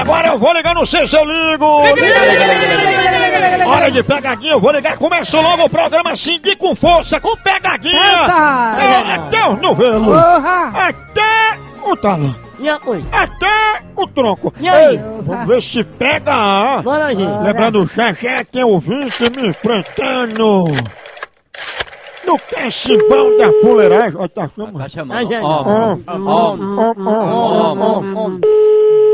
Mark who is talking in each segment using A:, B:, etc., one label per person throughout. A: Agora eu vou ligar no seu, eu ligo. Hora de pegadinha, eu vou ligar. Começou logo o programa assim, de com força, com pegadinha.
B: Eita!
A: É, até os novelos.
B: Porra!
A: Até o talão.
C: Nha, oi.
A: Até o tronco.
C: E aí?
A: Ei, vamos ver se pega. ah.
C: Bora, gente.
A: Lembrando, já já tem é ouvinte me enfrentando. No cachibão da fuleiragem. Olha, tá chamando.
D: Tá
C: Ai,
D: chamando.
C: gente.
D: Ó,
A: Ó,
D: ó,
A: ó, ó, ó.
D: ó, ó.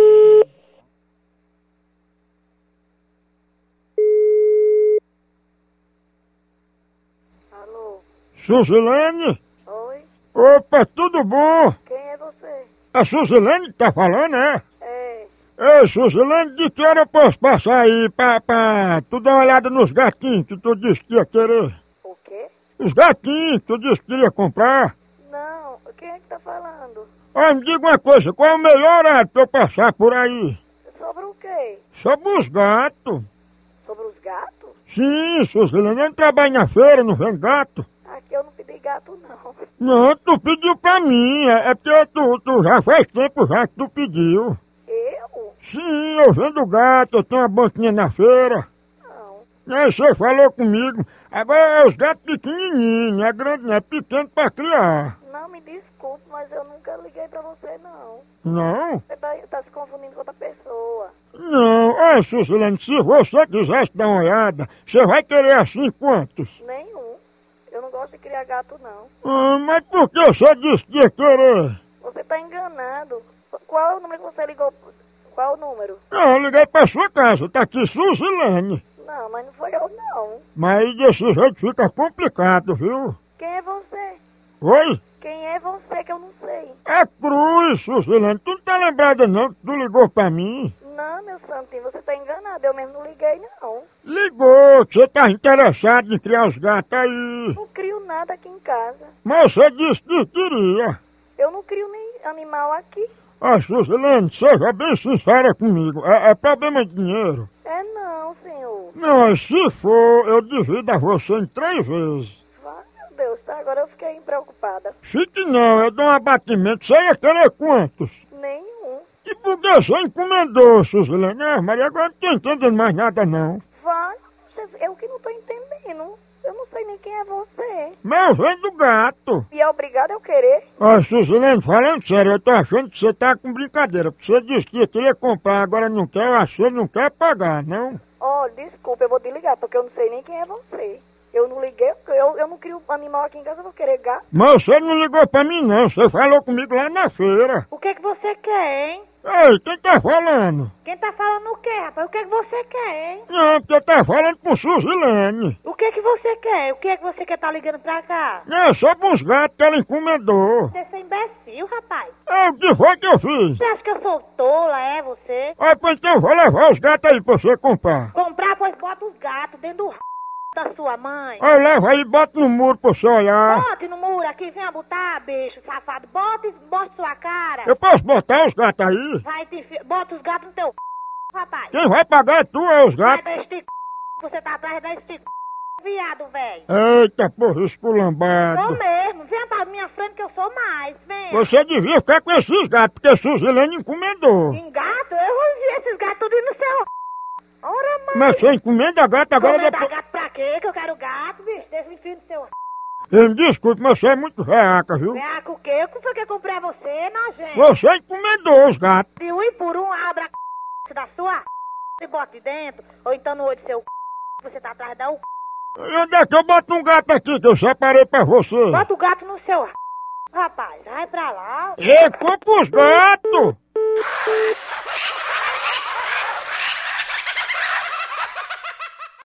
E: Alô?
A: Suzilene?
E: Oi?
A: Opa, tudo bom?
E: Quem é você?
A: A Suzilene que tá falando, é?
E: É.
A: Ei, Suzilene, de que hora eu posso passar aí pra, pra tu dar uma olhada nos gatinhos que tu disse que ia querer?
E: O quê?
A: Os gatinhos que tu disse que queria comprar?
E: Não. Quem é que tá falando?
A: Olha, me diga uma coisa, qual é o melhor horário pra eu passar por aí?
E: Sobre o quê?
A: Sobre os gatos.
E: Sobre os gatos?
A: Sim, Suzilene, eu não trabalho na feira, não vendo gato.
E: Aqui eu não pedi gato, não.
A: Não, tu pediu pra mim, é, é porque tu, tu já faz tempo já que tu pediu.
E: Eu?
A: Sim, eu vendo gato, eu tenho uma banquinha na feira.
E: Não.
A: Não, você É, falou comigo. Agora é os gatos pequenininhos, não é grande, não é pequeno pra criar.
E: Não, me desculpe, mas eu nunca liguei pra você, não.
A: Não?
E: Você tá, tá se confundindo com outra pessoa.
A: Não. Olha, Susilene, se você quisesse dar uma olhada, você vai querer assim quantos?
E: Nenhum. Eu não gosto de criar gato, não.
A: Ah, mas por que você disse que ia querer?
E: Você tá enganado. Qual é o número que você ligou? Qual é o número?
A: Não, Ah, eu liguei pra sua casa, tá aqui Suzilene.
E: Não, mas não foi eu, não.
A: Mas desse jeito fica complicado, viu?
E: Quem é você?
A: Oi?
E: Quem é você que eu não sei?
A: É cruz, Suzilene. Tu não tá lembrada não que tu ligou pra mim?
E: Não, meu santinho, você tá enganado. Eu mesmo não liguei, não.
A: Ligou, que você tá interessado em criar os gatos aí.
E: Não crio nada aqui em casa.
A: Mas você disse que queria.
E: Eu não crio nem animal aqui.
A: Ah, Suzilene, seja bem sincera comigo. É, é problema de dinheiro.
E: É não, senhor.
A: Não, se for, eu divido a você em três vezes.
E: Vai, meu Deus, tá? Agora eu fiquei preocupada.
A: Se que não, eu dou um abatimento. Você ia querer quantos?
E: Nenhum.
A: E porque você encomendou, Suzilene. Ah, Maria, agora não tô entendendo mais nada, não.
E: Vai, você- eu que não tô entendendo. Eu não sei nem quem é você.
A: Mas eu vendo gato.
E: E é obrigado eu querer?
A: Ó, Suzilene, falando sério, eu tô achando que você tá com brincadeira. Porque você disse que queria comprar, agora não quer, eu acho que você não quer pagar, não.
E: Ó, desculpa, eu vou desligar, porque eu não sei nem quem é você. Eu não liguei, porque eu, eu não crio animal aqui em casa, eu vou querer gato.
A: Mas você não ligou pra mim, não. Você falou comigo lá na feira.
E: O que é que você quer, hein?
A: Ei, quem tá falando?
E: Quem tá falando o quê, rapaz? O que é que você quer, hein?
A: Não, porque tá falando com Suzilene.
E: O que é que você quer? O que é que você quer tá ligando pra cá?
A: Não, é sobre uns gatos que ela encomendou.
E: Você é imbecil, rapaz.
A: É o que foi que eu fiz?
E: Você acha que eu sou tola, é você?
A: Ah, pois então eu vou levar os gatos aí pra você comprar.
E: Comprar, pois bota os gatos dentro do r... da sua mãe.
A: Ah, eu levo aí e boto no muro pra você olhar.
E: Bote no muro aqui, venha botar, bicho safado. Bota e mostra sua cara.
A: Eu posso botar os gatos aí?
E: Vai te enfi... Bota os gatos no teu c... rapaz.
A: Quem vai pagar é tu, é os
E: Sai
A: gatos.
E: deste c... Você tá atrás deste c... viado, velho.
A: Eita, porra,
E: Sou
A: esculambado.
E: mesmo. Venha pra minha frente que eu sou mais, vem.
A: Você devia ficar com esses gatos, porque Suzilene encomendou.
E: Em gato? Eu vou enviar esses gatos tudo no seu. Ora, mãe.
A: Mas você encomenda gato agora
E: Comenta
A: depois...
E: gato pra quê? Que eu quero gato, bicho. Deixa me enfiar no seu.
A: Eu me desculpe, mas você é muito reaca, viu?
E: Veaco o quê? Como foi que eu comprei a você, nojento?
A: Você é encomendou os gatos.
E: De um e por um, abra a c... da sua c... e bote dentro. Ou então no olho do seu c... Você tá atrás da c...
A: E onde é que eu boto um gato aqui que eu separei pra você?
E: Bota o gato no seu c... Rapaz, vai pra lá.
A: Eu compro os gatos!